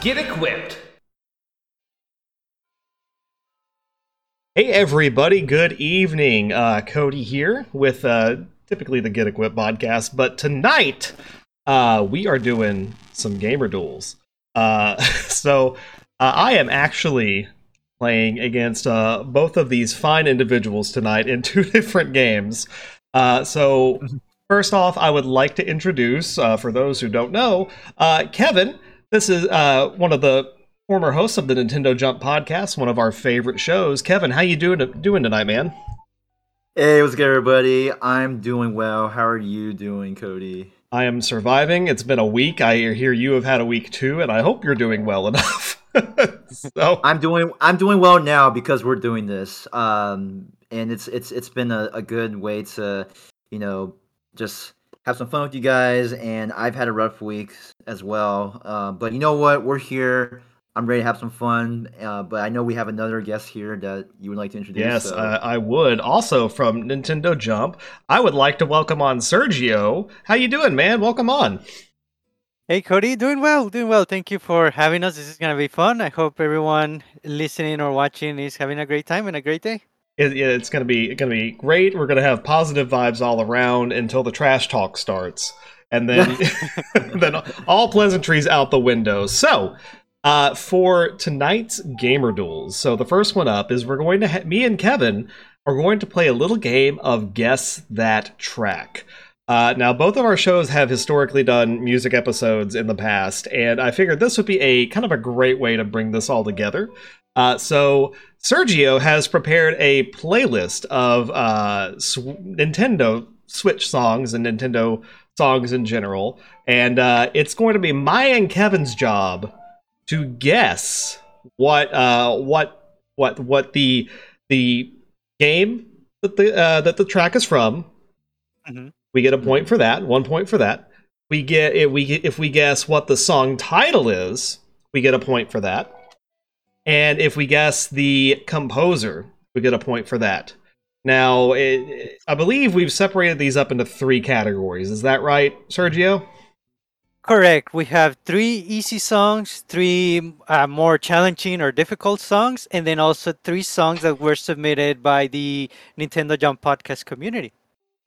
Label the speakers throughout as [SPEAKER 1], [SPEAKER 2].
[SPEAKER 1] Get equipped.
[SPEAKER 2] Hey everybody, good evening. Uh, Cody here with uh, typically the Get Equipped podcast, but tonight uh, we are doing some gamer duels. Uh, so uh, I am actually playing against uh, both of these fine individuals tonight in two different games. Uh, so first off, I would like to introduce, uh, for those who don't know, uh, Kevin. This is uh, one of the former hosts of the Nintendo Jump podcast, one of our favorite shows. Kevin, how you doing doing tonight, man?
[SPEAKER 3] Hey, what's good, everybody? I'm doing well. How are you doing, Cody?
[SPEAKER 2] I am surviving. It's been a week. I hear you have had a week too, and I hope you're doing well enough. so
[SPEAKER 3] I'm doing I'm doing well now because we're doing this, um, and it's it's it's been a, a good way to, you know, just have some fun with you guys. And I've had a rough week as well, uh, but you know what? We're here. I'm ready to have some fun. Uh, but I know we have another guest here that you would like to introduce.
[SPEAKER 2] yes,
[SPEAKER 3] so-
[SPEAKER 2] uh, I would. Also from Nintendo Jump, I would like to welcome on Sergio. How you doing, man? Welcome on.
[SPEAKER 4] Hey Cody, doing well, doing well. Thank you for having us. This is gonna be fun. I hope everyone listening or watching is having a great time and a great day.
[SPEAKER 2] It, it- it's gonna be gonna be great. We're gonna have positive vibes all around until the trash talk starts, and then then all pleasantries out the window. So. Uh, for tonight's gamer duels, so the first one up is we're going to ha- me and Kevin are going to play a little game of guess that track. Uh, now, both of our shows have historically done music episodes in the past, and I figured this would be a kind of a great way to bring this all together. Uh, so Sergio has prepared a playlist of uh, sw- Nintendo Switch songs and Nintendo songs in general, and uh, it's going to be my and Kevin's job to guess what uh, what what what the the game that the uh, that the track is from.
[SPEAKER 4] Mhm.
[SPEAKER 2] We get a point for that, one point for that. We get if we if we guess what the song title is, we get a point for that. And if we guess the composer, we get a point for that. Now, it, I believe we've separated these up into three categories. Is that right, Sergio?
[SPEAKER 4] Correct. We have three easy songs, three uh, more challenging or difficult songs, and then also three songs that were submitted by the Nintendo Jump podcast community.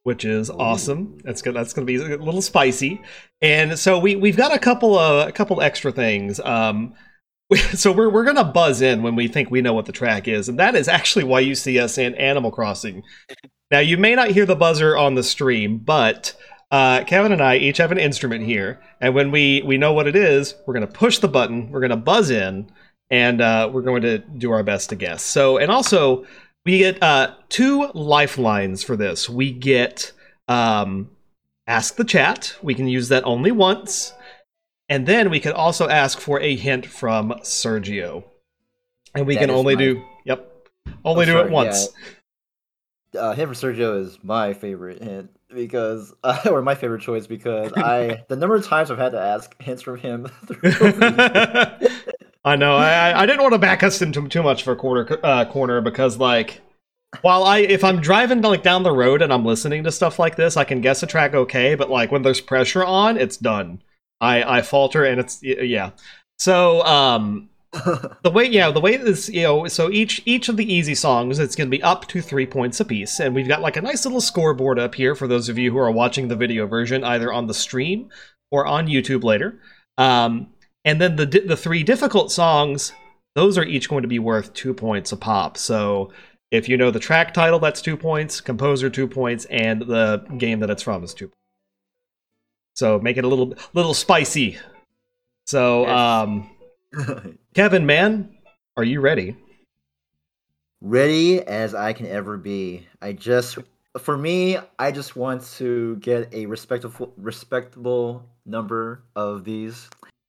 [SPEAKER 2] Which is awesome. That's good. That's going to be a little spicy. And so we we've got a couple of a couple extra things. Um, so we're we're gonna buzz in when we think we know what the track is, and that is actually why you see us in Animal Crossing. Now you may not hear the buzzer on the stream, but uh, Kevin and I each have an instrument here, and when we we know what it is, we're gonna push the button, we're gonna buzz in, and uh, we're going to do our best to guess. So, and also we get uh, two lifelines for this. We get um, ask the chat. We can use that only once. And then we could also ask for a hint from Sergio. And we
[SPEAKER 3] That
[SPEAKER 2] can
[SPEAKER 3] is
[SPEAKER 2] only
[SPEAKER 3] my-
[SPEAKER 2] do, yep, only do
[SPEAKER 3] sorry,
[SPEAKER 2] it once.
[SPEAKER 3] uh, hint for Sergio is my favorite hint because uh, or my favorite choice because I the number of times I've had to ask hints from him. through-
[SPEAKER 2] I know. I, I- I didn't want to back us into too much for quarter uh, corner because like while I if I'm driving like down the road and I'm listening to stuff like this, I can guess a track okay, but like when there's pressure on, it's done. I I falter and it's y- yeah. So um the way yeah the way this you know so each each of the easy songs it's going to be up to three points apiece and we've got like a nice little scoreboard up here for those of you who are watching the video version either on the stream or on youtube later um, and then the di- the three difficult songs, those are each going to be worth two points a pop. So if you know the track title, that's two points. Composer, two points, and the game that it's from is two. points. So make it a little little spicy. So
[SPEAKER 4] Yes.
[SPEAKER 2] um, Kevin, man, are you ready?
[SPEAKER 3] Ready as I can ever be. I just for me, I just want to get a respectful respectable number of these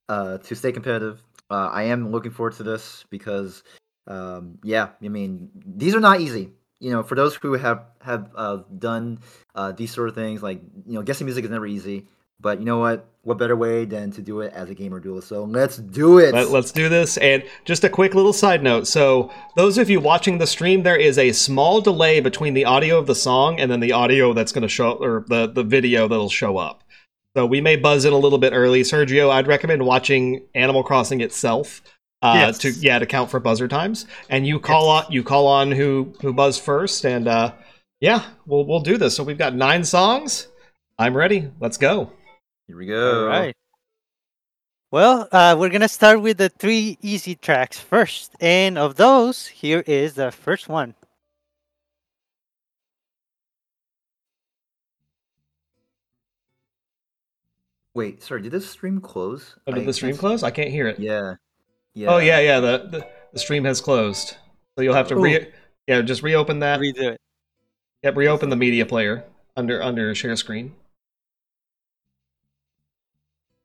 [SPEAKER 3] uh, to stay competitive. Uh, I am looking forward to this because um, yeah, I mean these are not easy. You know, for those who have have uh, done uh, these sort of things, like you know, guessing music is never easy. But you know what? What better way than to do it as a gamer duel? So let's do it.
[SPEAKER 2] Let, us do this. And just a quick little side note. So, those of you watching the stream, there is a small delay between the audio of the song and then the audio that's going to show, or the, the video that'll show up. So we may buzz in a little bit early. Sergio, I'd recommend watching Animal Crossing itself. Uh,
[SPEAKER 4] Yes.
[SPEAKER 2] to yeah to count for buzzer times and you call on you call on who who buzzed first and uh yeah we'll we'll do this so we've got nine songs i'm ready let's go
[SPEAKER 3] Here we go.
[SPEAKER 4] All right. Well, uh, we're gonna start with the three easy tracks first, and of those, here is the first one.
[SPEAKER 3] Wait, sorry, did this stream close?
[SPEAKER 2] oh, did
[SPEAKER 3] I
[SPEAKER 2] the stream
[SPEAKER 3] guess-
[SPEAKER 2] close i can't hear it
[SPEAKER 3] Yeah. Yeah.
[SPEAKER 2] oh yeah yeah the, the the stream has closed so you'll have to re yeah just reopen that
[SPEAKER 4] Redo it.
[SPEAKER 2] yeah, reopen the media player under under share screen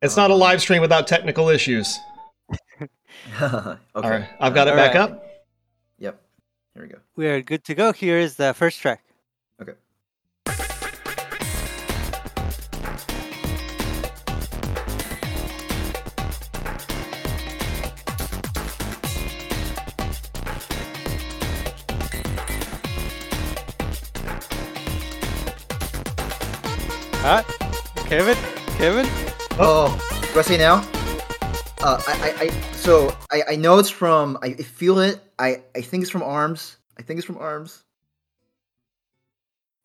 [SPEAKER 2] it's not a
[SPEAKER 3] Um,
[SPEAKER 2] live stream without technical issues
[SPEAKER 3] okay.
[SPEAKER 2] all right i've got it
[SPEAKER 4] All
[SPEAKER 2] back
[SPEAKER 4] right.
[SPEAKER 2] up
[SPEAKER 3] Yep. Here we go.
[SPEAKER 4] We are good to go. Here is the first track. Ah, Kevin, Kevin.
[SPEAKER 3] Oh, do I say now? Uh, I, I, I so I, I know it's from I I feel it. I, I think it's from Arms. I think it's from Arms.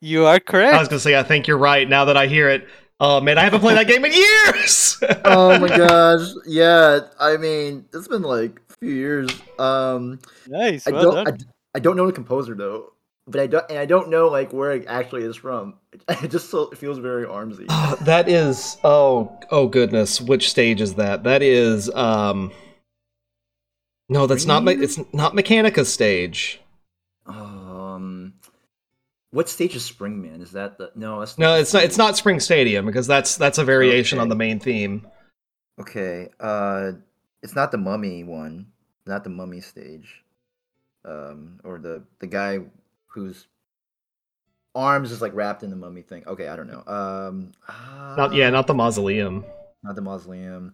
[SPEAKER 4] You are correct.
[SPEAKER 2] I was gonna say, I think you're right. Now that I hear it, oh man, I haven't played that game in years.
[SPEAKER 3] Oh my gosh! Yeah, I mean it's been like a few years. Um,
[SPEAKER 4] nice.
[SPEAKER 3] I
[SPEAKER 4] Well
[SPEAKER 3] don't I,
[SPEAKER 4] done.
[SPEAKER 3] I don't know the composer though, but I don't and I don't know like where it actually is from. It just so, it feels very Armsy.
[SPEAKER 2] Oh, that is, oh, oh goodness, which stage is that? That is, um, no, that's not. Me- it's not Mechanica's stage.
[SPEAKER 3] Um, what stage is Spring Man? Is that the no? That's
[SPEAKER 2] No, it's not. It's not Spring Stadium because that's that's a variation
[SPEAKER 3] Okay.
[SPEAKER 2] on the main theme.
[SPEAKER 3] Okay. Uh, it's not the mummy one. Not the mummy stage. Um, or the the guy whose arms is like wrapped in the mummy thing. Okay, I don't know. Um,
[SPEAKER 2] Not yeah, not the mausoleum.
[SPEAKER 3] not the mausoleum.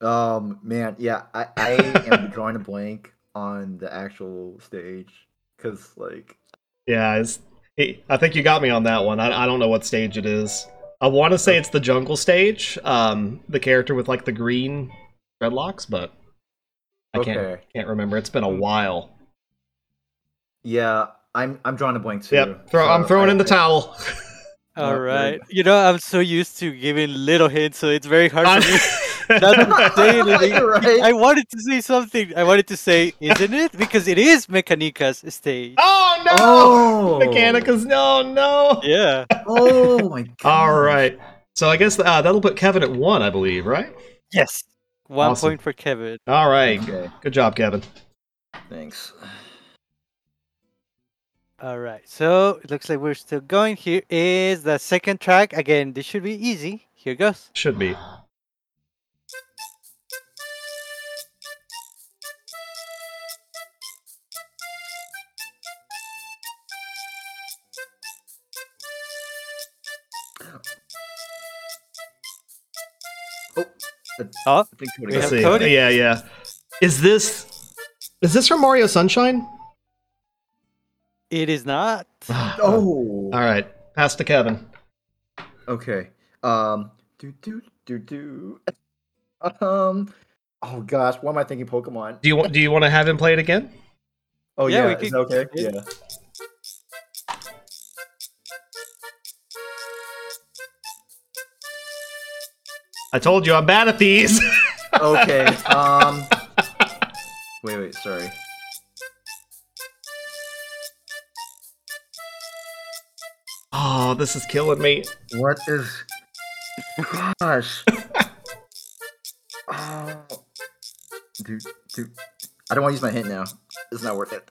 [SPEAKER 3] Um, man, yeah, I I am drawing a blank on the actual stage because like
[SPEAKER 2] Yeah, it's, it, I think you got me on that one. I, I don't know what stage it is. I want to say it's the jungle stage. Um, the character with like the green dreadlocks, but I can't
[SPEAKER 3] Okay.
[SPEAKER 2] can't remember. It's been a while.
[SPEAKER 3] yeah, I'm I'm drawing a blank too.
[SPEAKER 2] Yep, throw, I'm
[SPEAKER 3] so
[SPEAKER 2] throwing
[SPEAKER 3] I-
[SPEAKER 2] in the
[SPEAKER 3] I-
[SPEAKER 2] towel.
[SPEAKER 3] not
[SPEAKER 4] All
[SPEAKER 3] good.
[SPEAKER 4] right. You know, I'm so used to giving little hints, so it's very hard for me. That's
[SPEAKER 3] You're
[SPEAKER 4] saying anything.
[SPEAKER 3] right.
[SPEAKER 4] I wanted to say something. I wanwanted to say, isn't it? Because it is Mechanica's stage.
[SPEAKER 2] oh no!
[SPEAKER 3] Oh,
[SPEAKER 2] Mechanica's no no.
[SPEAKER 4] Yeah.
[SPEAKER 3] Oh my god!
[SPEAKER 2] All right. So I guess uh, that'll put Kevin at one, I believe, right?
[SPEAKER 4] Yes. One
[SPEAKER 2] Awesome.
[SPEAKER 4] point for Kevin.
[SPEAKER 2] All right.
[SPEAKER 3] Okay,
[SPEAKER 2] Good job, Kevin.
[SPEAKER 3] thanks.
[SPEAKER 4] All right. So it looks like we're still going. Here is the second track. Again, this should be easy. Here goes.
[SPEAKER 2] Should be.
[SPEAKER 4] Oh,
[SPEAKER 3] I think Cody
[SPEAKER 4] We
[SPEAKER 2] Let's
[SPEAKER 3] got
[SPEAKER 4] have
[SPEAKER 2] see.
[SPEAKER 3] it.
[SPEAKER 4] Cody.
[SPEAKER 2] Yeah, yeah. Is this is this from Mario Sunshine?
[SPEAKER 4] it is not.
[SPEAKER 3] Oh.
[SPEAKER 2] All right, pass to Kevin.
[SPEAKER 3] Okay. Um. Do do do do. Um. Oh gosh, why am I thinking Pokemon?
[SPEAKER 2] Do you want do you want to have him play it again?
[SPEAKER 3] Oh
[SPEAKER 4] Yeah,
[SPEAKER 3] yeah,
[SPEAKER 4] we
[SPEAKER 3] is
[SPEAKER 4] could-
[SPEAKER 3] that okay?
[SPEAKER 4] yeah.
[SPEAKER 3] Yeah.
[SPEAKER 2] I told you I'm bad at these.
[SPEAKER 3] Okay. Um. Wait, wait, sorry.
[SPEAKER 2] oh, this is killing me.
[SPEAKER 3] What is? Gosh. oh. Do do. I don't want to use my hint now. It's not worth it.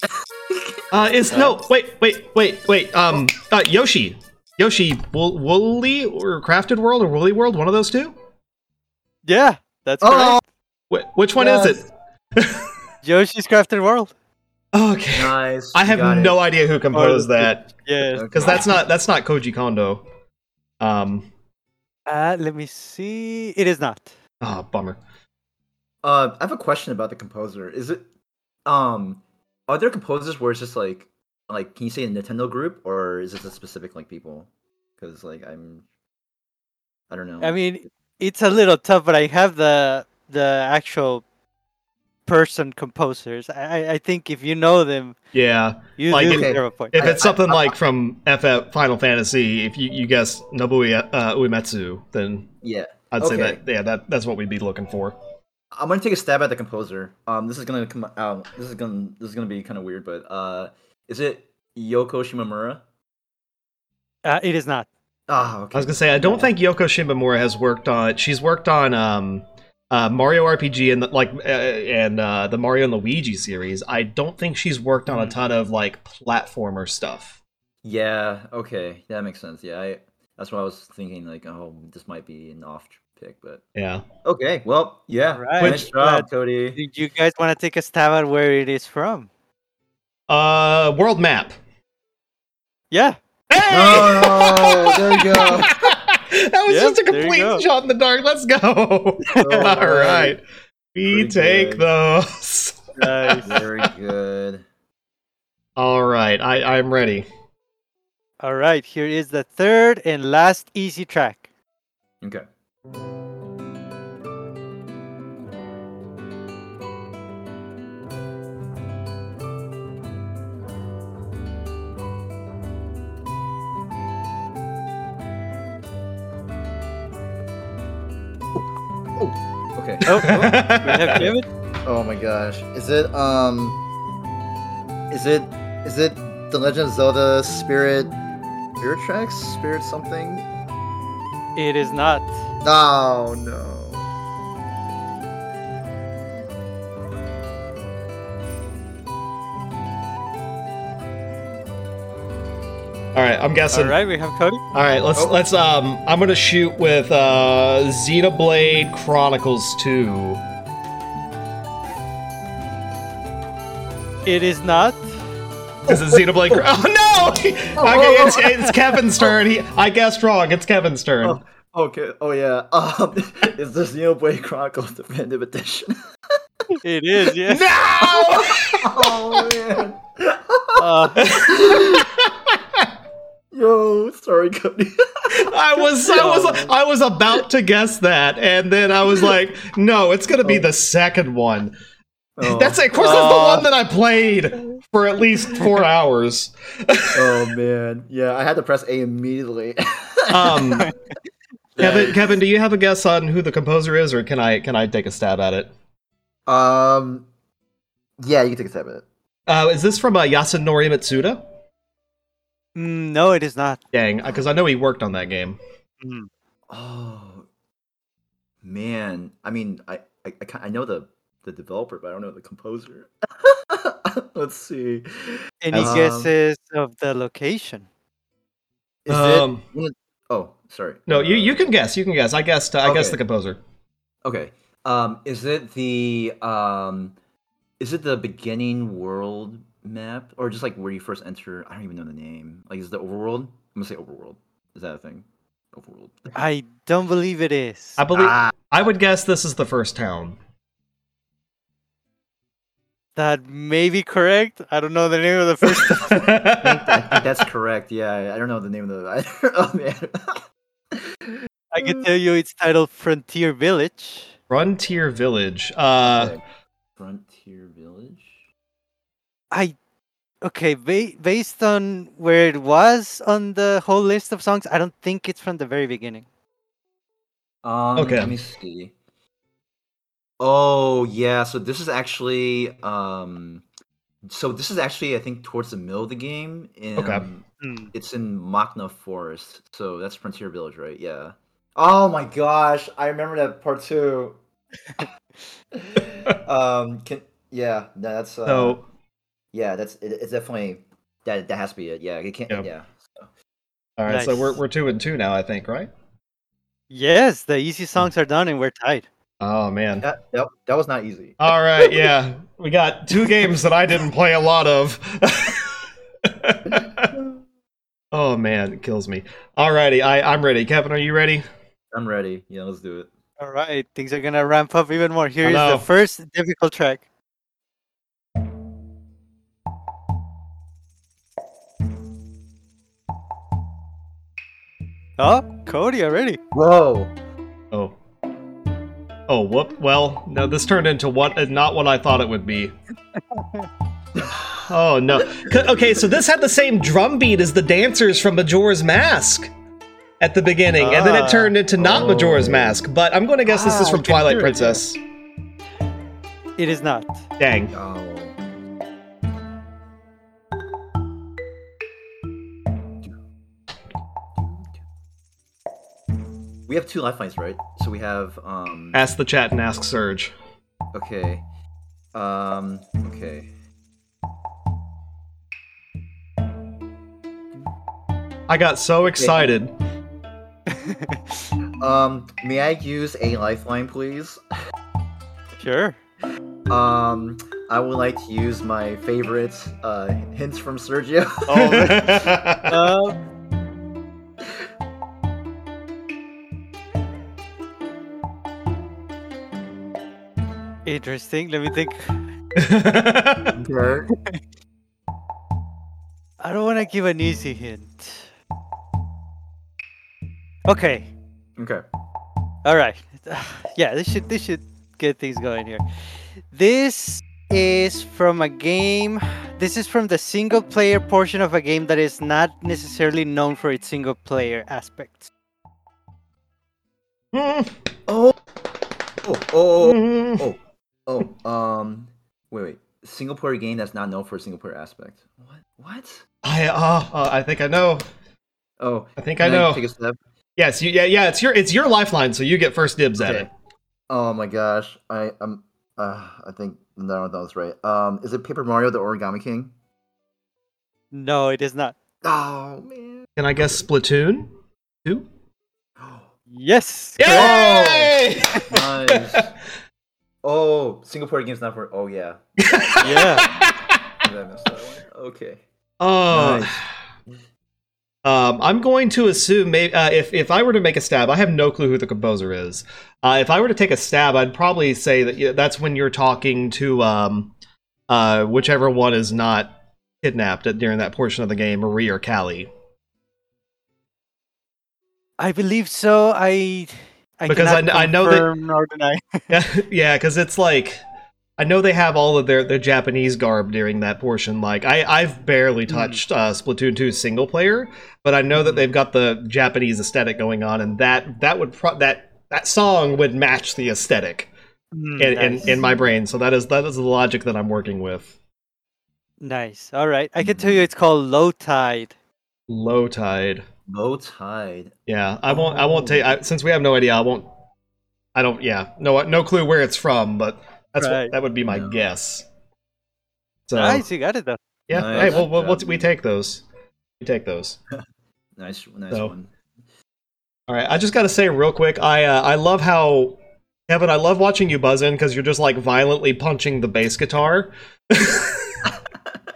[SPEAKER 2] Uh, is no wait wait wait wait um uh, Yoshi Yoshi Wool- Woolly or Crafted World or Woolly World one of those two.
[SPEAKER 4] Yeah, that's
[SPEAKER 3] Oh.
[SPEAKER 4] correct.
[SPEAKER 2] Wh- which one is
[SPEAKER 3] Yes.
[SPEAKER 2] it?
[SPEAKER 4] Yoshi's Crafted World.
[SPEAKER 2] Oh, Okay,
[SPEAKER 3] nice.
[SPEAKER 2] I
[SPEAKER 3] you
[SPEAKER 2] have
[SPEAKER 3] got it.
[SPEAKER 2] no idea who composed that
[SPEAKER 4] Yes.
[SPEAKER 3] Okay.
[SPEAKER 2] because that's not that's not Koji Kondo. Um,
[SPEAKER 4] Uh, let me see. It is not.
[SPEAKER 2] ah, bummer.
[SPEAKER 3] Uh, I have a question about the composer. Is it, um, are there composers where it's just like, like, can you say a Nintendo group, or is this a specific like people? Because like I'm, I don't know.
[SPEAKER 4] I mean, it's a little tough, but I have the the actual person composers. I I- I think if you know them,
[SPEAKER 2] Yeah.
[SPEAKER 4] you
[SPEAKER 2] Like,
[SPEAKER 4] do
[SPEAKER 3] okay.
[SPEAKER 4] deserve a point.
[SPEAKER 2] If
[SPEAKER 3] I-
[SPEAKER 2] it's something like from FF Final Fantasy, if you, you guess Nobuya uh, Uematsu, then
[SPEAKER 3] yeah.
[SPEAKER 2] I'd say
[SPEAKER 3] Okay.
[SPEAKER 2] that yeah, that, that's what we'd be looking for.
[SPEAKER 3] I'm gonna take a stab at the composer. Um, this is gonna come out. This is gonna this is gonna be kind of weird, but uh, is it Yoko Shimomura?
[SPEAKER 4] Uh, it is not.
[SPEAKER 3] Ah,
[SPEAKER 2] I
[SPEAKER 3] okay.
[SPEAKER 2] was gonna say I don't think Yoko Shimomura has worked on. She's worked on um, uh, Mario RPG and the, like uh, and uh, the Mario and Luigi series. I don't think she's worked
[SPEAKER 3] Hmm.
[SPEAKER 2] on a ton of like platformer stuff.
[SPEAKER 3] Yeah. Okay. That makes sense. Yeah. I, that's why I was thinking like, oh, this might be an off pick, but
[SPEAKER 2] Yeah,
[SPEAKER 3] okay. Well, yeah.
[SPEAKER 4] Right.
[SPEAKER 3] Nice
[SPEAKER 4] Which-
[SPEAKER 3] job, Cody.
[SPEAKER 4] Did you guys want to take a stab at where it is from?
[SPEAKER 2] uh, world map.
[SPEAKER 4] Yeah.
[SPEAKER 3] No, Oh, there you go.
[SPEAKER 2] that was
[SPEAKER 4] Yep,
[SPEAKER 2] just a
[SPEAKER 4] there you go.
[SPEAKER 2] complete shot in the dark. Let's go. All right, we
[SPEAKER 3] Pretty
[SPEAKER 2] take
[SPEAKER 3] good.
[SPEAKER 2] those.
[SPEAKER 4] Nice.
[SPEAKER 3] Very good.
[SPEAKER 2] All right, I, I'm ready.
[SPEAKER 4] All right. Here is the third and last easy track.
[SPEAKER 3] Okay. Oh, okay.
[SPEAKER 4] Oh, oh, we have David.
[SPEAKER 3] Oh my gosh. Is it um is it is it The Legend of Zelda Spirit Spirit Tracks? Spirit something?
[SPEAKER 4] It is not.
[SPEAKER 3] Oh no.
[SPEAKER 2] All right, I'm guessing.
[SPEAKER 4] All right. We have Cody.
[SPEAKER 2] All right, let's
[SPEAKER 3] Oh.
[SPEAKER 2] let's um I'm going to shoot with uh Xenoblade Chronicles 2.
[SPEAKER 4] It is not.
[SPEAKER 2] Is it Xenoblade Chron- Oh no. okay,
[SPEAKER 4] oh.
[SPEAKER 2] it's, it's Kevin's turn. He, I guessed wrong. It's Kevin's turn.
[SPEAKER 3] Oh. Okay. Oh yeah. Um is this Xenoblade Chronicles Definitive Edition?
[SPEAKER 4] It is. Yes.
[SPEAKER 2] No!
[SPEAKER 3] oh man.
[SPEAKER 4] Uh,
[SPEAKER 3] Yo, sorry, Cody.
[SPEAKER 2] I was I was I was about to guess that and then I was like, no, it's going to be the second one.
[SPEAKER 3] oh,
[SPEAKER 2] That's of course that's the
[SPEAKER 4] Oh.
[SPEAKER 2] one that I played for at least 4 hours.
[SPEAKER 3] oh man. Yeah, I had to press A immediately.
[SPEAKER 2] Um Kevin, Kevin, do you have a guess on who the composer is, or can I can I take a stab at it?
[SPEAKER 3] um Yeah, you can take a stab at it.
[SPEAKER 2] Uh, is this from uh, Yasunori Mitsuda?
[SPEAKER 4] mm, no, it is not.
[SPEAKER 2] Dang, because I know he worked on that game.
[SPEAKER 3] Oh man, I mean, I I, I, ki- I know the the developer, but I don't know the composer. Let's see.
[SPEAKER 4] Any
[SPEAKER 3] Um,
[SPEAKER 4] guesses of the location?
[SPEAKER 3] Is
[SPEAKER 2] Um,
[SPEAKER 3] it? one of- Oh, sorry.
[SPEAKER 2] No, you
[SPEAKER 3] Uh,
[SPEAKER 2] you can guess. You can guess. I guessed. Uh, I guessed
[SPEAKER 3] Okay.
[SPEAKER 2] the composer.
[SPEAKER 3] Okay. Um, is it the um, is it the beginning world map or just like where you first enter? I don't even know the name. Like, is it the overworld? I'm gonna say overworld. Is that a thing? Overworld.
[SPEAKER 4] I don't believe it is.
[SPEAKER 2] I believe.
[SPEAKER 3] Ah,
[SPEAKER 2] I would guess this is the first town.
[SPEAKER 4] That may be correct. I don't know the name of the first.
[SPEAKER 3] I think that's correct. Yeah, I I don't know the name of the. oh man.
[SPEAKER 4] I can tell you it's titled Frontier Village.
[SPEAKER 2] Frontier Village. Uh,
[SPEAKER 3] Okay. Frontier Village.
[SPEAKER 4] I okay, ba- based on where it was on the whole list of songs, I don't think it's from the very beginning.
[SPEAKER 3] Um,
[SPEAKER 2] Okay.
[SPEAKER 3] Let me see. Oh yeah, so this is actually um, so this is actually I think towards the middle of the game. In,
[SPEAKER 2] Okay.
[SPEAKER 4] Hmm.
[SPEAKER 3] It's in Machna Forest, so that's Frontier Village, right? Yeah. Oh my gosh, I remember that part too. um, can yeah, no, that's uh,
[SPEAKER 2] so
[SPEAKER 3] yeah, that's it, it's definitely that that has to be it. Yeah, it can't.
[SPEAKER 2] Yeah.
[SPEAKER 3] yeah.
[SPEAKER 2] all right. So
[SPEAKER 4] Nice.
[SPEAKER 2] we're we're two and two now. I think right.
[SPEAKER 4] Yes, the easy songs are done and we're tied.
[SPEAKER 2] Oh man.
[SPEAKER 3] That, that, that was not easy.
[SPEAKER 2] All right. Yeah, we got two games that I didn't play a lot of. oh man, it kills me. Alrighty, I I'm ready. Kevin, are you ready?
[SPEAKER 3] I'm ready. Yeah, let's do it.
[SPEAKER 4] All right, things are gonna ramp up even more. Here is
[SPEAKER 2] know.
[SPEAKER 4] the first difficult track. Oh, Cody already.
[SPEAKER 3] Whoa.
[SPEAKER 2] Oh. Oh, whoop. Well, no, this turned into what uh, not what I thought it would be. oh, no. C- Okay, so this had the same drum beat as the dancers from Majora's Mask at the beginning, and then
[SPEAKER 4] Ah.
[SPEAKER 2] it turned into not Majora's
[SPEAKER 3] Oh.
[SPEAKER 2] Mask, but I'm going to guess this is
[SPEAKER 4] Ah,
[SPEAKER 2] from
[SPEAKER 4] I can
[SPEAKER 2] Twilight
[SPEAKER 4] hear it,
[SPEAKER 2] Princess.
[SPEAKER 4] It is not.
[SPEAKER 2] Dang.
[SPEAKER 3] Oh. We have two lifelines, right? So we have um
[SPEAKER 2] Ask the chat and ask Surge.
[SPEAKER 3] okay. Um okay.
[SPEAKER 2] I got so excited.
[SPEAKER 3] Um may I use a lifeline please?
[SPEAKER 4] Sure.
[SPEAKER 3] Um I would like to use my favorite uh hints from Sergio.
[SPEAKER 4] Oh, uh, interesting. Let me think.
[SPEAKER 3] Okay.
[SPEAKER 4] I don't want to give an easy hint. Okay.
[SPEAKER 3] Okay.
[SPEAKER 4] All right. Yeah, this should this should get things going here. This is from a game. This is from the single player portion of a game that is not necessarily known for its single player aspects.
[SPEAKER 3] Oh oh oh
[SPEAKER 2] Mm.
[SPEAKER 3] Oh, oh, um, wait, wait. Single player game that's not known for a single player aspect. What? What?
[SPEAKER 2] I uh, uh, I think I know.
[SPEAKER 3] Oh,
[SPEAKER 2] I think I
[SPEAKER 3] can
[SPEAKER 2] know.
[SPEAKER 3] Take a step.
[SPEAKER 2] Yes, you, yeah, yeah. It's your it's your lifeline, so you get first dibs at it.
[SPEAKER 3] Okay. Oh my gosh, I um, uh, I think no, that was right. Um, is it Paper Mario the Origami King?
[SPEAKER 4] No, it is not.
[SPEAKER 3] Oh man.
[SPEAKER 2] Can I guess Splatoon? Two.
[SPEAKER 4] Yes.
[SPEAKER 2] Yay!
[SPEAKER 3] Nice. oh, single player game's not for. Oh yeah.
[SPEAKER 4] Yeah.
[SPEAKER 3] Did I miss that one? Okay.
[SPEAKER 2] Oh.
[SPEAKER 3] Nice.
[SPEAKER 2] Um, I'm going to assume may uh, if if I were to make a stab, I have no clue who the composer is. Uh, if I were to take a stab, I'd probably say that yeah, that's when you're talking to um, uh, whichever one is not kidnapped at, during that portion of the game, Marie or Callie,
[SPEAKER 4] I believe so. I. I
[SPEAKER 2] Because I
[SPEAKER 4] cannot
[SPEAKER 2] kn- I know that-
[SPEAKER 4] confirm nor deny.
[SPEAKER 2] yeah, because it's like I know they have all of their, their Japanese garb during that portion. Like I I've barely
[SPEAKER 4] Hmm.
[SPEAKER 2] touched uh, Splatoon 2 single player, but I know that they've got the Japanese aesthetic going on, and that that would pro- that that song would match the aesthetic
[SPEAKER 4] Mm,
[SPEAKER 2] in,
[SPEAKER 4] nice.
[SPEAKER 2] in, in my brain. So that is that is the logic that I'm working with.
[SPEAKER 4] Nice. All right. I can tell you it's called Low Tide.
[SPEAKER 2] Low tide.
[SPEAKER 3] Low tide.
[SPEAKER 2] Yeah, I won't. I won't take.
[SPEAKER 4] Oh.
[SPEAKER 2] I, since we have no idea, I won't. I don't. Yeah, no. No clue where it's from, but that's what-
[SPEAKER 4] Right.
[SPEAKER 2] that would be my
[SPEAKER 3] No.
[SPEAKER 2] guess. So
[SPEAKER 4] Nice. You got it though.
[SPEAKER 2] Yeah.
[SPEAKER 3] Nice.
[SPEAKER 2] Hey, well, we'll, we'll,
[SPEAKER 3] Yeah.
[SPEAKER 2] we take those. We take those.
[SPEAKER 3] Nice, nice
[SPEAKER 2] So-
[SPEAKER 3] one.
[SPEAKER 2] All right. I just got to say real quick, I uh, I love how Kevin, I love watching you buzz in because you're just like violently punching the bass guitar.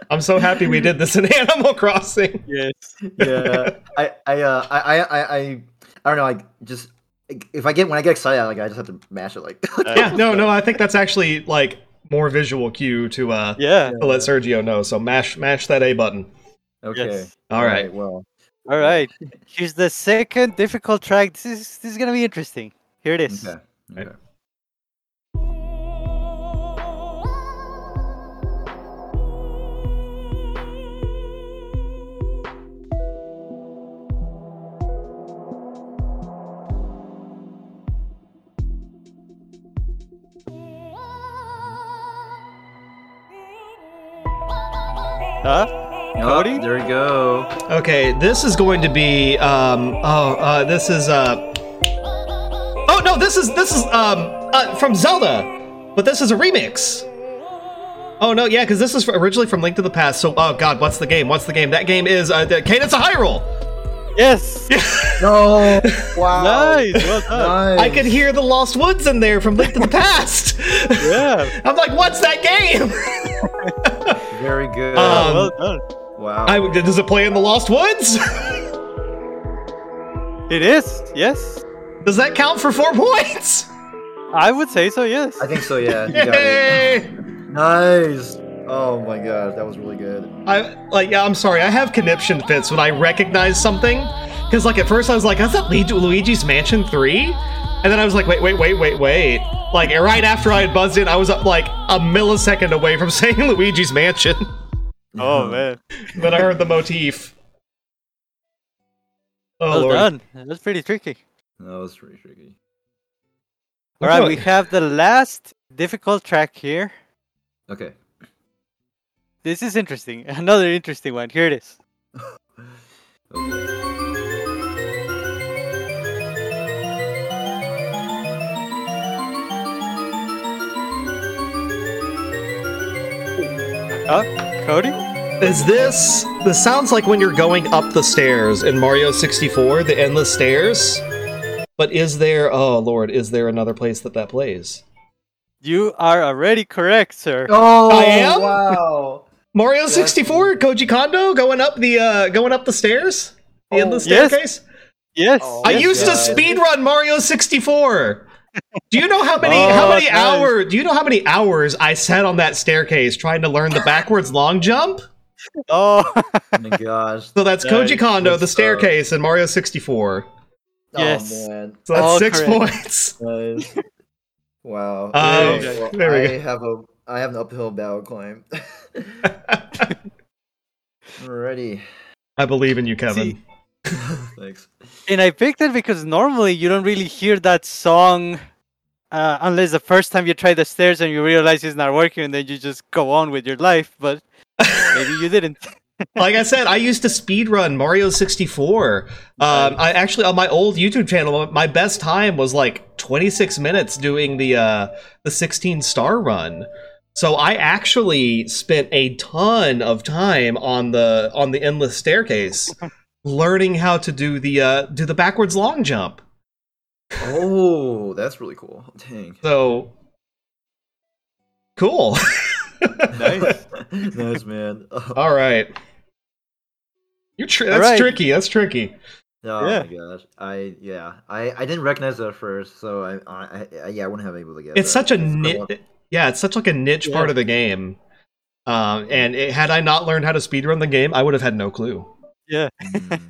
[SPEAKER 2] I'm so happy we did this in Animal Crossing.
[SPEAKER 4] Yes.
[SPEAKER 3] yeah i i uh i i i, I I don't know. I just if I get when I get excited, like I just have to mash it. Like
[SPEAKER 2] Yeah. No, no. I think that's actually like more visual cue to uh
[SPEAKER 4] Yeah.
[SPEAKER 2] to let Sergio know. So mash mash that A button.
[SPEAKER 3] okay,
[SPEAKER 4] Yes.
[SPEAKER 2] All right.
[SPEAKER 3] Well,
[SPEAKER 4] All right. Here's the second difficult track. This is this is gonna be interesting. Here it is.
[SPEAKER 3] okay.
[SPEAKER 2] Right.
[SPEAKER 3] okay.
[SPEAKER 4] Huh?
[SPEAKER 3] Oh,
[SPEAKER 4] Cody?
[SPEAKER 3] there you go.
[SPEAKER 2] Okay. This is going to be um oh uh this is uh oh no this is this is um uh, from Zelda, but this is a remix. Oh no, yeah, because this is originally from Link to the Past. So, oh god, what's the game? What's the game? That game is uh, the Cadence of Hyrule.
[SPEAKER 4] Yes.
[SPEAKER 3] No. Wow.
[SPEAKER 4] Nice. Well done.
[SPEAKER 3] Nice.
[SPEAKER 2] I could hear the Lost Woods in there from Link to the Past.
[SPEAKER 4] yeah.
[SPEAKER 2] I'm like, what's that game?
[SPEAKER 3] Very good.
[SPEAKER 2] Um,
[SPEAKER 4] well done.
[SPEAKER 3] wow.
[SPEAKER 2] I, does it play in the Lost Woods?
[SPEAKER 4] It is. Yes.
[SPEAKER 2] Does that count for four points?
[SPEAKER 4] I would say so. Yes.
[SPEAKER 3] I think so. Yeah. You got it.
[SPEAKER 2] Yay!
[SPEAKER 3] Nice. Oh my god, that was really good.
[SPEAKER 2] I like yeah, I'm sorry. I have conniption fits when I recognize something cuz like at first I was like, "That's that lead to Luigi's Mansion 3?" And then I was like, "Wait, wait, wait, wait, wait." Like right after I had buzzed in, I was uh, like a millisecond away from saying Luigi's Mansion.
[SPEAKER 1] Oh man.
[SPEAKER 2] then I heard the motif. Oh,
[SPEAKER 4] well
[SPEAKER 2] Lord.
[SPEAKER 4] done. That's pretty tricky.
[SPEAKER 3] That was really tricky.
[SPEAKER 4] All right,
[SPEAKER 2] Look.
[SPEAKER 4] we have the last difficult track here.
[SPEAKER 3] Okay.
[SPEAKER 4] This is interesting. Another interesting one. Here it is. Oh, Cody?
[SPEAKER 2] Is this this sounds like when you're going up the stairs in Mario 64, the endless stairs? But is there oh lord, is there another place that that plays?
[SPEAKER 4] You are already correct, sir.
[SPEAKER 3] Oh
[SPEAKER 2] I am?
[SPEAKER 3] wow.
[SPEAKER 2] Mario 64, Koji Kondo going up the uh going up the stairs? The
[SPEAKER 3] Oh,
[SPEAKER 2] endless
[SPEAKER 4] yes.
[SPEAKER 2] staircase?
[SPEAKER 4] Yes. uh,
[SPEAKER 3] Oh,
[SPEAKER 2] I
[SPEAKER 3] yes,
[SPEAKER 2] used to
[SPEAKER 3] yes.
[SPEAKER 2] speed run Mario 64. Do you know how many how
[SPEAKER 4] Oh,
[SPEAKER 2] many
[SPEAKER 4] nice.
[SPEAKER 2] hours do you know how many hours I sat on that staircase trying to learn the backwards long jump?
[SPEAKER 4] Oh,
[SPEAKER 3] Oh my gosh.
[SPEAKER 2] So that's
[SPEAKER 4] Nice.
[SPEAKER 2] Koji Kondo, the
[SPEAKER 3] That's, uh,
[SPEAKER 2] staircase in Mario 64.
[SPEAKER 4] Yes.
[SPEAKER 3] Oh man.
[SPEAKER 2] So that's
[SPEAKER 4] All
[SPEAKER 2] six
[SPEAKER 4] correct.
[SPEAKER 2] points.
[SPEAKER 3] Nice. wow.
[SPEAKER 2] Um,
[SPEAKER 3] Okay, well,
[SPEAKER 2] there we
[SPEAKER 3] I have a I have an uphill battle climb. Alrighty.
[SPEAKER 2] I believe in you, Kevin.
[SPEAKER 4] See-
[SPEAKER 3] Thanks.
[SPEAKER 4] and I picked it because normally you don't really hear that song uh, unless the first time you try the stairs and you realize it's not working, and then you just go on with your life. But maybe you didn't.
[SPEAKER 2] like I said, I used to speedrun Mario 64. Um, I actually on my old YouTube channel, my best time was like 26 minutes doing the uh, the 16 star run. So I actually spent a ton of time on the on the endless staircase, learning how to do the uh, do the backwards long jump.
[SPEAKER 3] Oh, that's really cool. Dang.
[SPEAKER 2] So cool.
[SPEAKER 4] Nice.
[SPEAKER 3] nice man. Oh,
[SPEAKER 2] All right. You're tri-
[SPEAKER 4] All
[SPEAKER 2] that's
[SPEAKER 4] right.
[SPEAKER 2] tricky. That's tricky.
[SPEAKER 3] oh
[SPEAKER 4] Yeah.
[SPEAKER 3] my gosh. I yeah. I I didn't recognize that at first, so I I, I yeah I wouldn't have been able to get.
[SPEAKER 2] it's
[SPEAKER 3] that.
[SPEAKER 2] such a
[SPEAKER 3] It's been
[SPEAKER 2] ni-
[SPEAKER 3] long-
[SPEAKER 2] yeah it's such like a niche
[SPEAKER 4] Yeah.
[SPEAKER 2] part of the game um and it, had i not learned how to speedrun the game i would have had no clue
[SPEAKER 4] yeah.
[SPEAKER 3] Mm.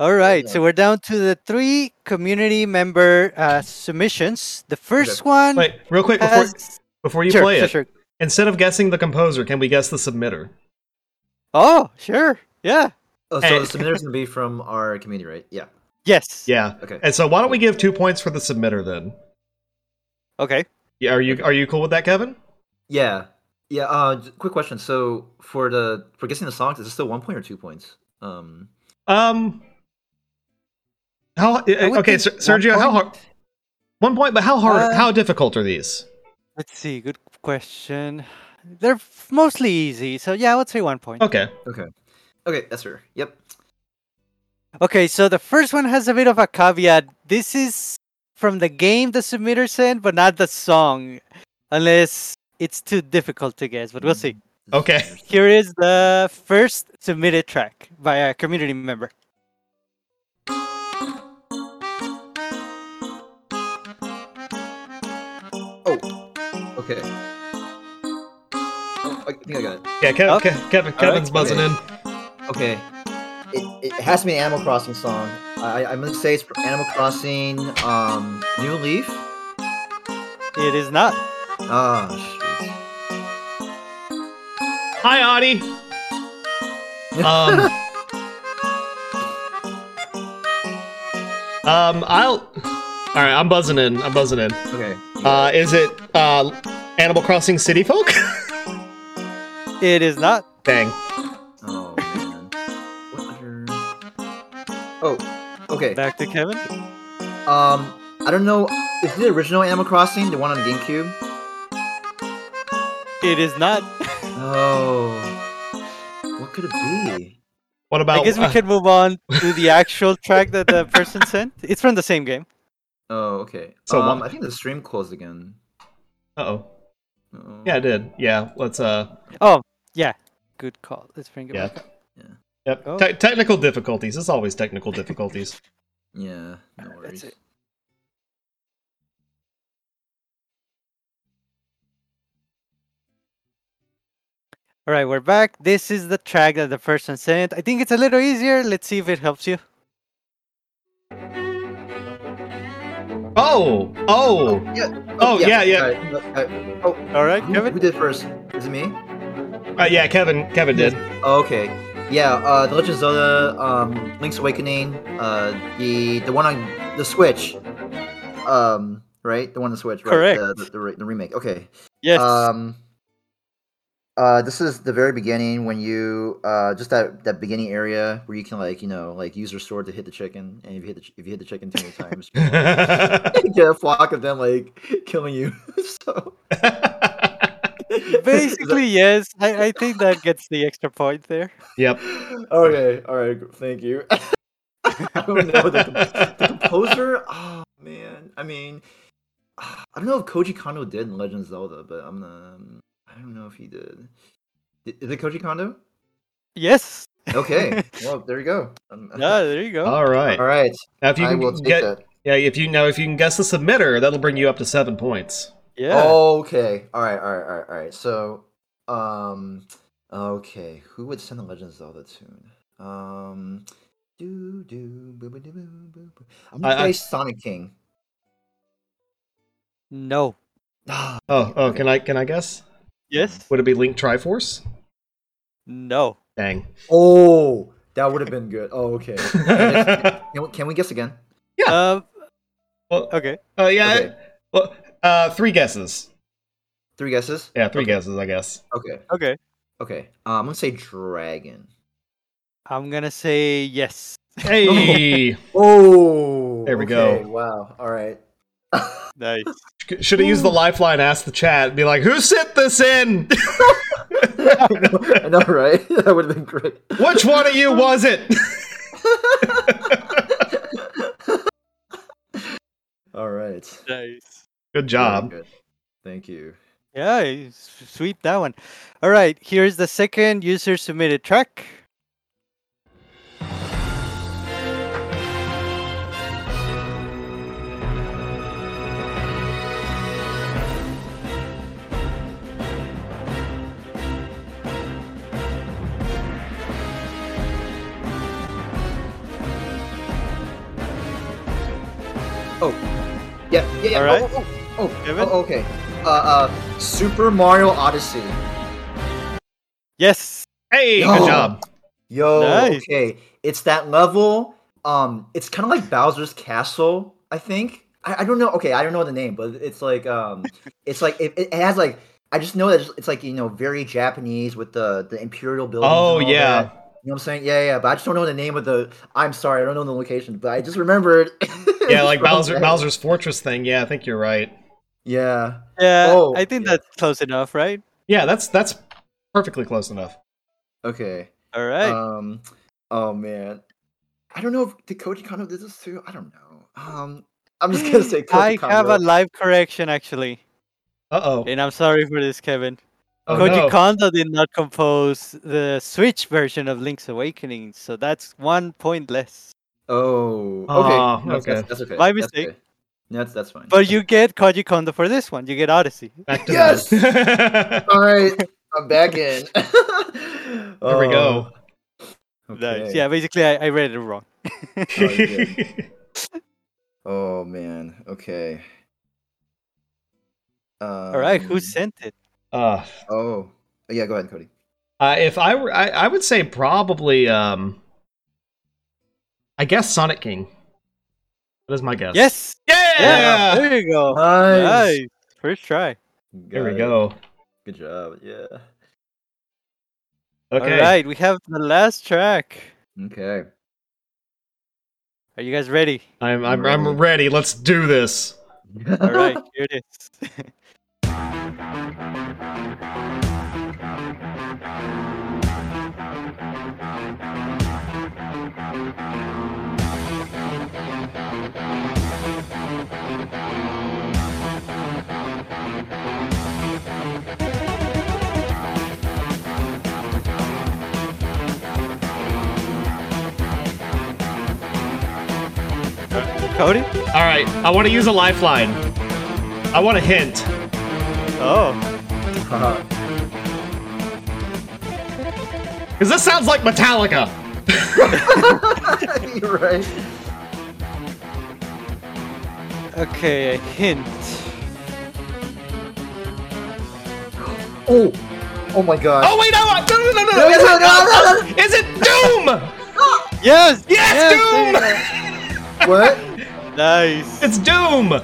[SPEAKER 4] All right,
[SPEAKER 3] done.
[SPEAKER 4] so we're down to the three community member uh, submissions. The first one
[SPEAKER 2] wait real quick before,
[SPEAKER 4] has...
[SPEAKER 2] before you
[SPEAKER 4] sure,
[SPEAKER 2] play
[SPEAKER 4] sure,
[SPEAKER 2] it
[SPEAKER 4] sure.
[SPEAKER 2] instead of guessing the composer can we guess the submitter
[SPEAKER 4] Oh, sure. Yeah.
[SPEAKER 3] Oh, so
[SPEAKER 2] Hey.
[SPEAKER 3] the submitter's gonna be from our community, right? Yeah.
[SPEAKER 4] Yes.
[SPEAKER 2] yeah
[SPEAKER 3] Okay.
[SPEAKER 2] and so why don't we give two points for the submitter then
[SPEAKER 4] Okay.
[SPEAKER 2] yeah are you are you cool with that kevin
[SPEAKER 3] Yeah. Yeah. Uh, j- quick question. So for the for guessing the songs, is it still one point or two points? Um.
[SPEAKER 2] um how
[SPEAKER 4] I would
[SPEAKER 2] okay
[SPEAKER 4] think
[SPEAKER 2] Ser-
[SPEAKER 4] one
[SPEAKER 2] sergio how
[SPEAKER 4] point.
[SPEAKER 2] hard one point but how hard
[SPEAKER 4] Uh,
[SPEAKER 2] how difficult are these
[SPEAKER 4] Let's see. Good question. They're f- mostly easy, so yeah, I would say one point.
[SPEAKER 2] okay
[SPEAKER 3] Okay, that's her. Yep.
[SPEAKER 4] Okay, so the first one has a bit of a caveat. This is from the game the submitter sent, but not the song, unless it's too difficult to guess. But we'll see.
[SPEAKER 2] Okay.
[SPEAKER 4] Here is the first submitted track by a community member.
[SPEAKER 3] Okay. Oh, I think I got it.
[SPEAKER 2] yeah Kev-
[SPEAKER 4] Oh.
[SPEAKER 2] Kev- kevin kevin's
[SPEAKER 3] okay.
[SPEAKER 2] buzzing in
[SPEAKER 3] Okay. It, it has to be an Animal Crossing song. I, I'm gonna say it's Animal Crossing. Um, New Leaf.
[SPEAKER 4] It is not.
[SPEAKER 3] Ah,
[SPEAKER 2] Hi, Audie. Um, um, I'll. All right, I'm buzzing in. I'm buzzing in.
[SPEAKER 3] shit. Okay.
[SPEAKER 2] Uh, is it uh, Animal Crossing City Folk?
[SPEAKER 4] It is not.
[SPEAKER 2] Dang.
[SPEAKER 3] Oh man. What other? Oh. Okay.
[SPEAKER 4] Back to Kevin.
[SPEAKER 3] Um, I don't know. Is it the original Animal Crossing, the one on GameCube?
[SPEAKER 4] It is not.
[SPEAKER 3] Oh. What could it be?
[SPEAKER 2] What about?
[SPEAKER 4] I guess we
[SPEAKER 2] uh,
[SPEAKER 4] can move on to the actual track that the person sent. It's from the same game.
[SPEAKER 3] Oh, okay.
[SPEAKER 2] So
[SPEAKER 3] So
[SPEAKER 2] one-
[SPEAKER 3] I think the stream closed again. Oh.
[SPEAKER 2] uh-oh.
[SPEAKER 3] Uh-oh.
[SPEAKER 2] Yeah, I did. Yeah. Let's. Uh.
[SPEAKER 4] Oh, yeah. Good call. Let's bring it
[SPEAKER 2] Yeah.
[SPEAKER 4] back up.
[SPEAKER 2] Yep.
[SPEAKER 4] Oh.
[SPEAKER 2] Te- technical difficulties. It's always technical difficulties.
[SPEAKER 3] Yeah. No worries.
[SPEAKER 4] it. All right, we're back. This is the track that the person sent. I think it's a little easier. Let's see if it helps you.
[SPEAKER 2] Oh, oh,
[SPEAKER 3] Yeah.
[SPEAKER 2] Oh, yeah, yeah.
[SPEAKER 3] Alright, alright. oh,
[SPEAKER 4] All right,
[SPEAKER 3] who,
[SPEAKER 4] Kevin.
[SPEAKER 3] who did first? Is it me?
[SPEAKER 2] Uh, yeah. Kevin, Kevin did.
[SPEAKER 3] Oh, okay. Yeah, uh, The Legend of Zelda, um, Link's Awakening, uh, the the one on the Switch, um, right? The one on the Switch, right?
[SPEAKER 4] Correct.
[SPEAKER 3] The, the, the, re- the remake. Okay.
[SPEAKER 4] Yes.
[SPEAKER 3] Um, uh, this is the very beginning when you uh, just that that beginning area where you can like you know like use your sword to hit the chicken, and if you hit the ch- if you hit the chicken too many times, you get a flock of them like killing you. so
[SPEAKER 4] Basically, yes. I, I think that gets the extra point there.
[SPEAKER 2] yep.
[SPEAKER 3] okay, all right, thank you. I don't know the, com- the composer. Oh man, I mean, I don't know if Koji Kondo did in Legend of Zelda, but I'm um, I don't know if he did. Did- Is it Koji Kondo?
[SPEAKER 4] Yes.
[SPEAKER 3] Okay, well there you go. Um,
[SPEAKER 4] Yeah, there you go.
[SPEAKER 2] All right.
[SPEAKER 3] All right,
[SPEAKER 2] Now, if you
[SPEAKER 3] I will
[SPEAKER 2] can
[SPEAKER 3] take
[SPEAKER 2] get,
[SPEAKER 3] that.
[SPEAKER 2] yeah, if you know, if you can guess the submitter, that'll bring you up to seven points.
[SPEAKER 4] Yeah.
[SPEAKER 3] oh. Okay, all right, all right, all right, all right. So, um, okay, who would send the Legend of Zelda tune? Um, do do boo boo doo, boo boo. boo. I'm gonna
[SPEAKER 2] I- I-
[SPEAKER 3] play Sonic King.
[SPEAKER 4] No.
[SPEAKER 3] Ah,
[SPEAKER 2] Oh, oh, can I can I guess?
[SPEAKER 4] Yes.
[SPEAKER 2] Would it be Link Triforce?
[SPEAKER 4] No.
[SPEAKER 2] Dang. Uh,
[SPEAKER 3] oh, that would have been good. Oh, okay. Can we, can we guess again?
[SPEAKER 4] Um,
[SPEAKER 2] Well-
[SPEAKER 4] okay.
[SPEAKER 2] Oh yeah.
[SPEAKER 3] Okay.
[SPEAKER 2] Well, uh, three guesses.
[SPEAKER 3] Three guesses.
[SPEAKER 2] Yeah, three guesses, I guess.
[SPEAKER 3] Okay,
[SPEAKER 4] Okay.
[SPEAKER 3] okay. Um, I'm gonna say dragon.
[SPEAKER 4] I'm gonna say yes.
[SPEAKER 2] Hey,
[SPEAKER 3] Oh,
[SPEAKER 2] There we go.
[SPEAKER 3] okay, Wow. All right.
[SPEAKER 4] Nice.
[SPEAKER 2] should have used the lifeline. Ask the chat. Be like, who sent this in?
[SPEAKER 3] I know, I know, right? That would have been great.
[SPEAKER 2] Which one of you was it?
[SPEAKER 3] All right.
[SPEAKER 4] Nice.
[SPEAKER 2] Good
[SPEAKER 3] Very
[SPEAKER 2] job.
[SPEAKER 3] good. Thank you.
[SPEAKER 4] Yeah, you s- sweep that one. All right, here's the second user submitted track.
[SPEAKER 3] Yeah, yeah, yeah.
[SPEAKER 4] All
[SPEAKER 3] oh,
[SPEAKER 4] right.
[SPEAKER 3] Oh, oh, oh,
[SPEAKER 4] Kevin?
[SPEAKER 3] oh, okay. Uh, uh, Super Mario Odyssey.
[SPEAKER 4] Yes.
[SPEAKER 2] Hey,
[SPEAKER 3] Yo.
[SPEAKER 2] good job.
[SPEAKER 3] Yo,
[SPEAKER 4] Nice.
[SPEAKER 3] okay. It's that level. Um, it's kind of like Bowser's Castle, I think. I, I don't know. Okay, I don't know the name, but it's like um, it's like it, it has like I just know that it's, it's like you know very Japanese with the the imperial buildings.
[SPEAKER 2] Oh,
[SPEAKER 3] and all
[SPEAKER 2] yeah.
[SPEAKER 3] that. You know what I'm saying? Yeah, yeah, but I just don't know the name of the. I'm sorry, I don't know the location, but I just remembered.
[SPEAKER 2] Yeah, like Bowser,
[SPEAKER 3] Right.
[SPEAKER 2] Bowser's Fortress thing. Yeah, I think you're right.
[SPEAKER 3] Yeah.
[SPEAKER 4] Yeah,
[SPEAKER 3] Oh,
[SPEAKER 4] I think
[SPEAKER 3] yeah.
[SPEAKER 4] that's close enough, right?
[SPEAKER 2] Yeah, that's that's perfectly close enough.
[SPEAKER 3] Okay.
[SPEAKER 4] All right.
[SPEAKER 3] Um, oh man, I don't know if did Koji Kondo did this too. I don't know. Um, I'm just gonna say
[SPEAKER 4] I
[SPEAKER 3] Koji
[SPEAKER 4] have
[SPEAKER 3] Kondo.
[SPEAKER 4] a live correction actually,
[SPEAKER 2] Uh oh.
[SPEAKER 4] and I'm sorry for this, Kevin.
[SPEAKER 2] Oh,
[SPEAKER 4] Koji
[SPEAKER 2] no.
[SPEAKER 4] Kondo did not compose the Switch version of Link's Awakening, so that's one point less.
[SPEAKER 3] Oh, okay.
[SPEAKER 2] Aw,
[SPEAKER 3] No, that's-
[SPEAKER 2] okay.
[SPEAKER 3] That's, that's okay.
[SPEAKER 4] My
[SPEAKER 3] that's
[SPEAKER 4] mistake.
[SPEAKER 3] okay. No, that's that's fine.
[SPEAKER 4] But you get Koji Kondo for this one. You get Odyssey.
[SPEAKER 2] Back to
[SPEAKER 3] Yes!
[SPEAKER 2] that.
[SPEAKER 3] all right, I'm back in.
[SPEAKER 2] there
[SPEAKER 3] Oh. there
[SPEAKER 2] we go.
[SPEAKER 4] Nice. Yeah, basically, I, I read it wrong.
[SPEAKER 3] Oh man. Okay.
[SPEAKER 4] All right, who
[SPEAKER 3] Um,
[SPEAKER 4] sent it?
[SPEAKER 2] uh,
[SPEAKER 3] Oh, yeah. Go ahead, Cody.
[SPEAKER 2] Uh, if I were, I, I would say probably, um, I guess Sonic King. That is my guess.
[SPEAKER 4] Yes.
[SPEAKER 2] Yeah.
[SPEAKER 4] There you go.
[SPEAKER 3] Nice.
[SPEAKER 4] Nice. First try.
[SPEAKER 2] There we
[SPEAKER 3] Got it.
[SPEAKER 2] go.
[SPEAKER 3] Good job. Yeah.
[SPEAKER 2] Okay.
[SPEAKER 4] All right, we have the last track.
[SPEAKER 3] Okay.
[SPEAKER 4] Are you guys ready?
[SPEAKER 2] I'm, I'm,
[SPEAKER 3] I'm
[SPEAKER 2] I'm ready. Let's do this.
[SPEAKER 4] All right, here it is. Cody?
[SPEAKER 2] All right. I want to use a lifeline. I want a hint.
[SPEAKER 4] Oh.
[SPEAKER 3] Haha.
[SPEAKER 2] Because this sounds like Metallica.
[SPEAKER 3] Uh, You're right.
[SPEAKER 4] Okay, a hint.
[SPEAKER 3] Oh, oh my god.
[SPEAKER 2] Oh wait, no, I- no, no, no, no,
[SPEAKER 3] No,
[SPEAKER 2] no, is
[SPEAKER 3] no,
[SPEAKER 2] it,
[SPEAKER 3] no, no, no,
[SPEAKER 2] is it Doom?
[SPEAKER 4] Yes!
[SPEAKER 2] Yes,
[SPEAKER 4] Oh.
[SPEAKER 3] What?
[SPEAKER 4] Doom! Nice.
[SPEAKER 2] It's Doom,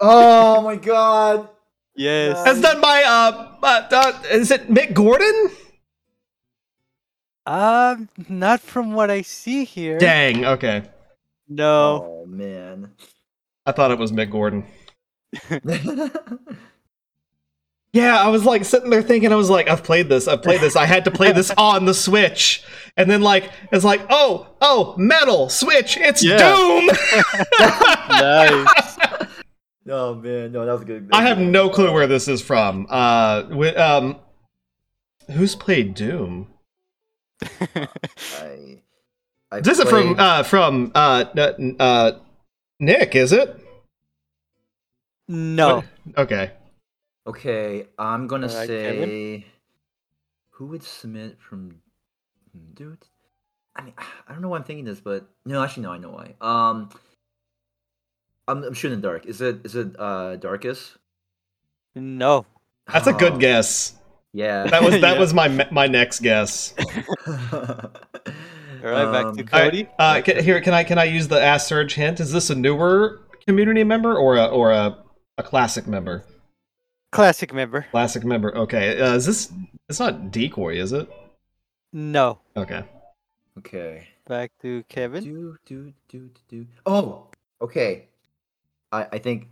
[SPEAKER 3] Oh my god.
[SPEAKER 4] Yes.
[SPEAKER 2] as done by uh, uh, uh, is it Mick Gordon?
[SPEAKER 4] Um, not from what I see here.
[SPEAKER 2] Dang, okay,
[SPEAKER 4] No.
[SPEAKER 3] Oh man.
[SPEAKER 2] I thought it was Mick Gordon. Yeah, I was like sitting there thinking, I was like, I've played this, I've played this, I had to play this on the Switch. And then, like, it's like, oh, oh, metal, Switch, it's
[SPEAKER 4] Yeah.
[SPEAKER 2] Doom!
[SPEAKER 4] nice.
[SPEAKER 3] oh man, no, that was good.
[SPEAKER 2] I have no clue where this is from. Uh, wi- um, who's played Doom?
[SPEAKER 3] I, I
[SPEAKER 2] This is from,
[SPEAKER 3] played-
[SPEAKER 2] uh, from, uh, n- uh, Nick, is it?
[SPEAKER 4] No.
[SPEAKER 2] Okay.
[SPEAKER 3] okay, I'm gonna
[SPEAKER 4] Alright, Uh, Kevin.
[SPEAKER 3] say. Who would submit from? hmm, Dude, I mean, I don't know why I'm thinking this, but no, actually, no, I know why. Um, I'm, I'm shooting dark. Is it? Is it? Uh, darkest.
[SPEAKER 4] No.
[SPEAKER 2] That's a
[SPEAKER 3] Oh,
[SPEAKER 2] good guess.
[SPEAKER 3] Yeah.
[SPEAKER 2] That was, that
[SPEAKER 4] Yeah.
[SPEAKER 2] was my, my next guess.
[SPEAKER 4] All right, back to
[SPEAKER 3] Um,
[SPEAKER 2] All right,
[SPEAKER 4] Cody.
[SPEAKER 2] uh, can, here, can I can I use the Ask Surge hint? Is this a newer community member or a or a, a classic member?
[SPEAKER 4] Classic member.
[SPEAKER 2] Classic member. Okay. Uh, is this? It's not decoy, is it?
[SPEAKER 4] No.
[SPEAKER 2] Okay.
[SPEAKER 3] Okay.
[SPEAKER 4] Back to Kevin.
[SPEAKER 3] Do do do do do. Oh, okay. I I think.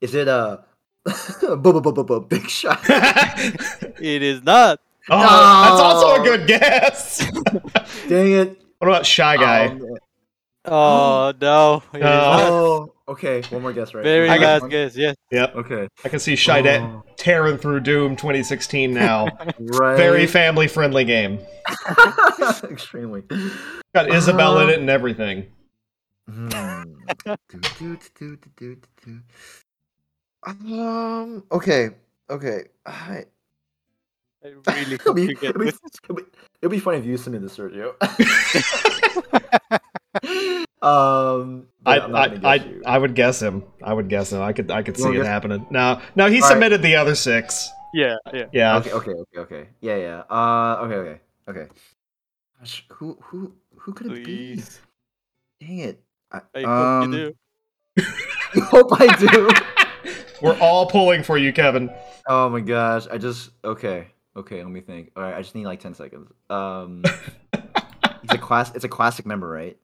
[SPEAKER 3] Is it a bu- bu- bu- bu- bu- big shot?
[SPEAKER 2] oh,
[SPEAKER 4] It is not.
[SPEAKER 2] That's also a good guess.
[SPEAKER 3] Dang it!
[SPEAKER 2] what about shy guy?
[SPEAKER 3] Um,
[SPEAKER 4] Oh no. It
[SPEAKER 2] No.
[SPEAKER 4] is not.
[SPEAKER 3] oh, okay. One more guess, right?
[SPEAKER 4] Very
[SPEAKER 2] I
[SPEAKER 3] One more
[SPEAKER 2] got-
[SPEAKER 4] last guess. Yes.
[SPEAKER 2] yep.
[SPEAKER 3] Okay.
[SPEAKER 2] I can see shy da-
[SPEAKER 3] Oh.
[SPEAKER 2] tearing through Doom 2016 now.
[SPEAKER 3] Right.
[SPEAKER 2] Very family friendly game.
[SPEAKER 3] Extremely.
[SPEAKER 2] Got Isabel in
[SPEAKER 3] Um,
[SPEAKER 2] it and everything.
[SPEAKER 3] Hmm. Do, do, do, do, do, do, do. Um. Okay. Okay. I-
[SPEAKER 4] I really
[SPEAKER 3] it'll,
[SPEAKER 4] hope
[SPEAKER 3] be,
[SPEAKER 4] you get
[SPEAKER 3] it'll, be,
[SPEAKER 4] this.
[SPEAKER 3] it'll, be, it'll be funny if you submit this, Sergio. um,
[SPEAKER 2] I,
[SPEAKER 3] but I'm not gonna
[SPEAKER 2] I,
[SPEAKER 3] guess
[SPEAKER 2] I,
[SPEAKER 3] you.
[SPEAKER 2] I would guess him. I would guess him. I could I could
[SPEAKER 3] You
[SPEAKER 2] see
[SPEAKER 3] wanna
[SPEAKER 2] it
[SPEAKER 3] guess?
[SPEAKER 2] happening. No, no, he
[SPEAKER 3] All right.
[SPEAKER 2] submitted the other six.
[SPEAKER 4] Yeah. Yeah.
[SPEAKER 2] Yeah.
[SPEAKER 3] okay, okay, okay, okay. Yeah, yeah. Uh, okay, okay, okay. Gosh, who, who, who could it
[SPEAKER 4] Please.
[SPEAKER 3] be? Dang it! I,
[SPEAKER 4] I hope
[SPEAKER 3] um,
[SPEAKER 4] you do.
[SPEAKER 3] I hope I do.
[SPEAKER 2] We're all pulling for you, Kevin.
[SPEAKER 3] oh my gosh! I just okay, okay. Let me think. All right, I just need like ten seconds. Um, it's a class. It's a classic member, right?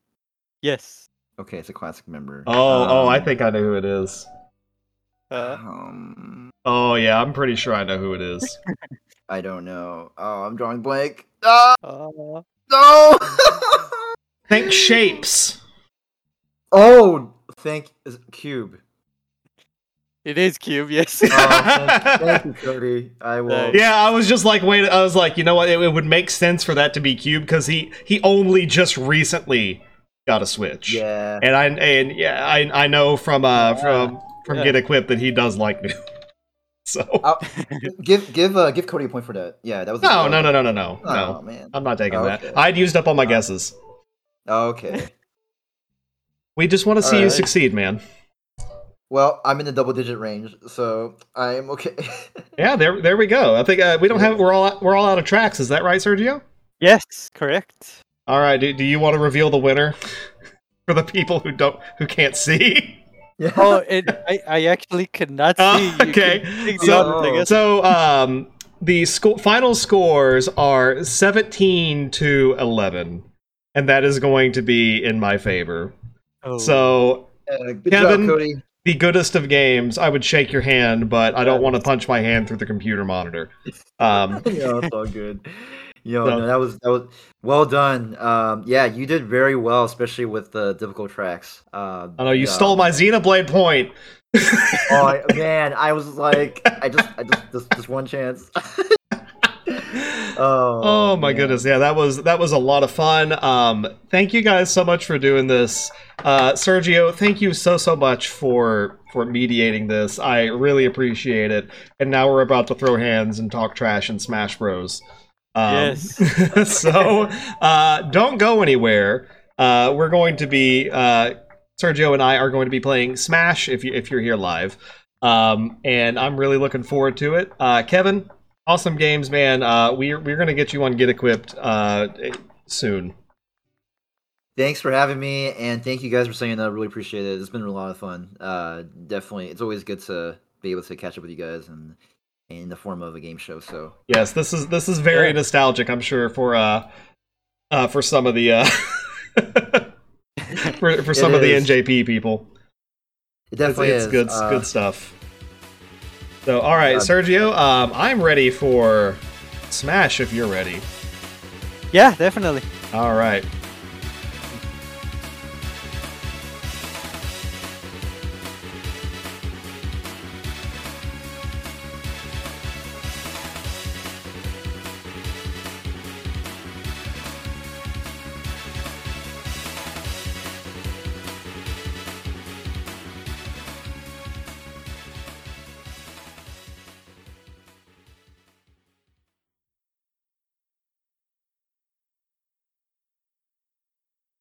[SPEAKER 4] Yes.
[SPEAKER 3] Okay, it's a classic member.
[SPEAKER 2] Oh, oh, I
[SPEAKER 3] Um,
[SPEAKER 2] think I know who it is.
[SPEAKER 4] Uh,
[SPEAKER 3] Um,
[SPEAKER 2] Oh yeah, I'm pretty sure I know who it is.
[SPEAKER 3] I don't know. Oh, I'm drawing blank. Ah,
[SPEAKER 4] uh,
[SPEAKER 3] no.
[SPEAKER 2] Think shapes.
[SPEAKER 3] oh, thank is- cube.
[SPEAKER 4] it is cube. Yes.
[SPEAKER 3] Oh, thank, thank you, Cody. I will.
[SPEAKER 4] Nice.
[SPEAKER 2] Yeah, I was just like, wait, I was like, you know what? It, it would make sense for that to be Cube because he he only just recently got a Switch.
[SPEAKER 3] Yeah.
[SPEAKER 2] And I and yeah, I I know from uh from from
[SPEAKER 4] yeah.
[SPEAKER 2] Get Equipped that he does like me. so
[SPEAKER 3] give give uh, give Cody a point for that. Yeah, that was. a
[SPEAKER 2] no
[SPEAKER 3] good
[SPEAKER 2] no
[SPEAKER 3] one.
[SPEAKER 2] no no no no
[SPEAKER 3] Oh
[SPEAKER 2] no.
[SPEAKER 3] man.
[SPEAKER 2] I'm not taking
[SPEAKER 3] Okay.
[SPEAKER 2] that. I'd used up all my guesses.
[SPEAKER 3] Okay.
[SPEAKER 2] We just want to see you
[SPEAKER 4] Alright.
[SPEAKER 2] succeed, man.
[SPEAKER 3] Well, I'm in the double digit range, so I'm okay.
[SPEAKER 2] Yeah, there there we go. I think uh, we don't have we're all we're all out of tracks. Is that right, Sergio?
[SPEAKER 4] yes. Correct.
[SPEAKER 2] All right. Do, do you want to reveal the winner for the people who don't who can't see?
[SPEAKER 3] yeah.
[SPEAKER 4] Oh, and I, I actually could not see.
[SPEAKER 2] Oh,
[SPEAKER 4] You can
[SPEAKER 2] okay.
[SPEAKER 4] take the
[SPEAKER 2] So-
[SPEAKER 4] honors, I guess.
[SPEAKER 2] So um, the sco- final scores are seventeen to eleven, and that is going to be in my favor.
[SPEAKER 4] Oh.
[SPEAKER 2] So
[SPEAKER 3] Uh, good
[SPEAKER 2] Kevin-
[SPEAKER 3] job, Cody.
[SPEAKER 2] the goodest of games, I would shake your hand, but I don't want to punch my hand through the computer monitor. Um,
[SPEAKER 3] yeah, it's all good. Yo,
[SPEAKER 2] So-
[SPEAKER 3] no, that was that was well done. Um, yeah, you did very well, especially with the difficult tracks. Uh,
[SPEAKER 2] I know you
[SPEAKER 3] yeah.
[SPEAKER 2] stole my Xenoblade point.
[SPEAKER 3] Oh I, man, I was like, I just, I just, this, this one chance. oh,
[SPEAKER 2] Oh my
[SPEAKER 3] man.
[SPEAKER 2] goodness, yeah, that was that was a lot of fun. Um, thank you guys so much for doing this, uh, Sergio. Thank you so so much for for mediating this. I really appreciate it. And now we're about to throw hands and talk trash and Smash Bros. Um,
[SPEAKER 4] Oh, Yes.
[SPEAKER 2] so uh, don't go anywhere. Uh, we're going to be uh, Sergio and I are going to be playing Smash if you if you're here live, um, and I'm really looking forward to it. Uh, Kevin, awesome games, man. Uh, we're we're gonna get you on Get Equipped uh, soon.
[SPEAKER 3] Thanks for having me, and thank you guys for saying that. I really appreciate it. It's been a lot of fun. Uh, definitely, it's always good to be able to catch up with you guys and in the form of a game show. So
[SPEAKER 2] Yes, this is this is very
[SPEAKER 4] Yeah.
[SPEAKER 2] nostalgic. I'm sure for uh, uh for some of the uh for for some
[SPEAKER 3] It
[SPEAKER 2] of the
[SPEAKER 3] is.
[SPEAKER 2] NJP people.
[SPEAKER 3] it
[SPEAKER 2] It's,
[SPEAKER 3] definitely
[SPEAKER 2] it's
[SPEAKER 3] is
[SPEAKER 2] good
[SPEAKER 3] uh,
[SPEAKER 2] good stuff. So all right,
[SPEAKER 3] uh,
[SPEAKER 2] Sergio, um, I'm ready for Smash if you're ready.
[SPEAKER 4] Yeah, definitely.
[SPEAKER 2] All right.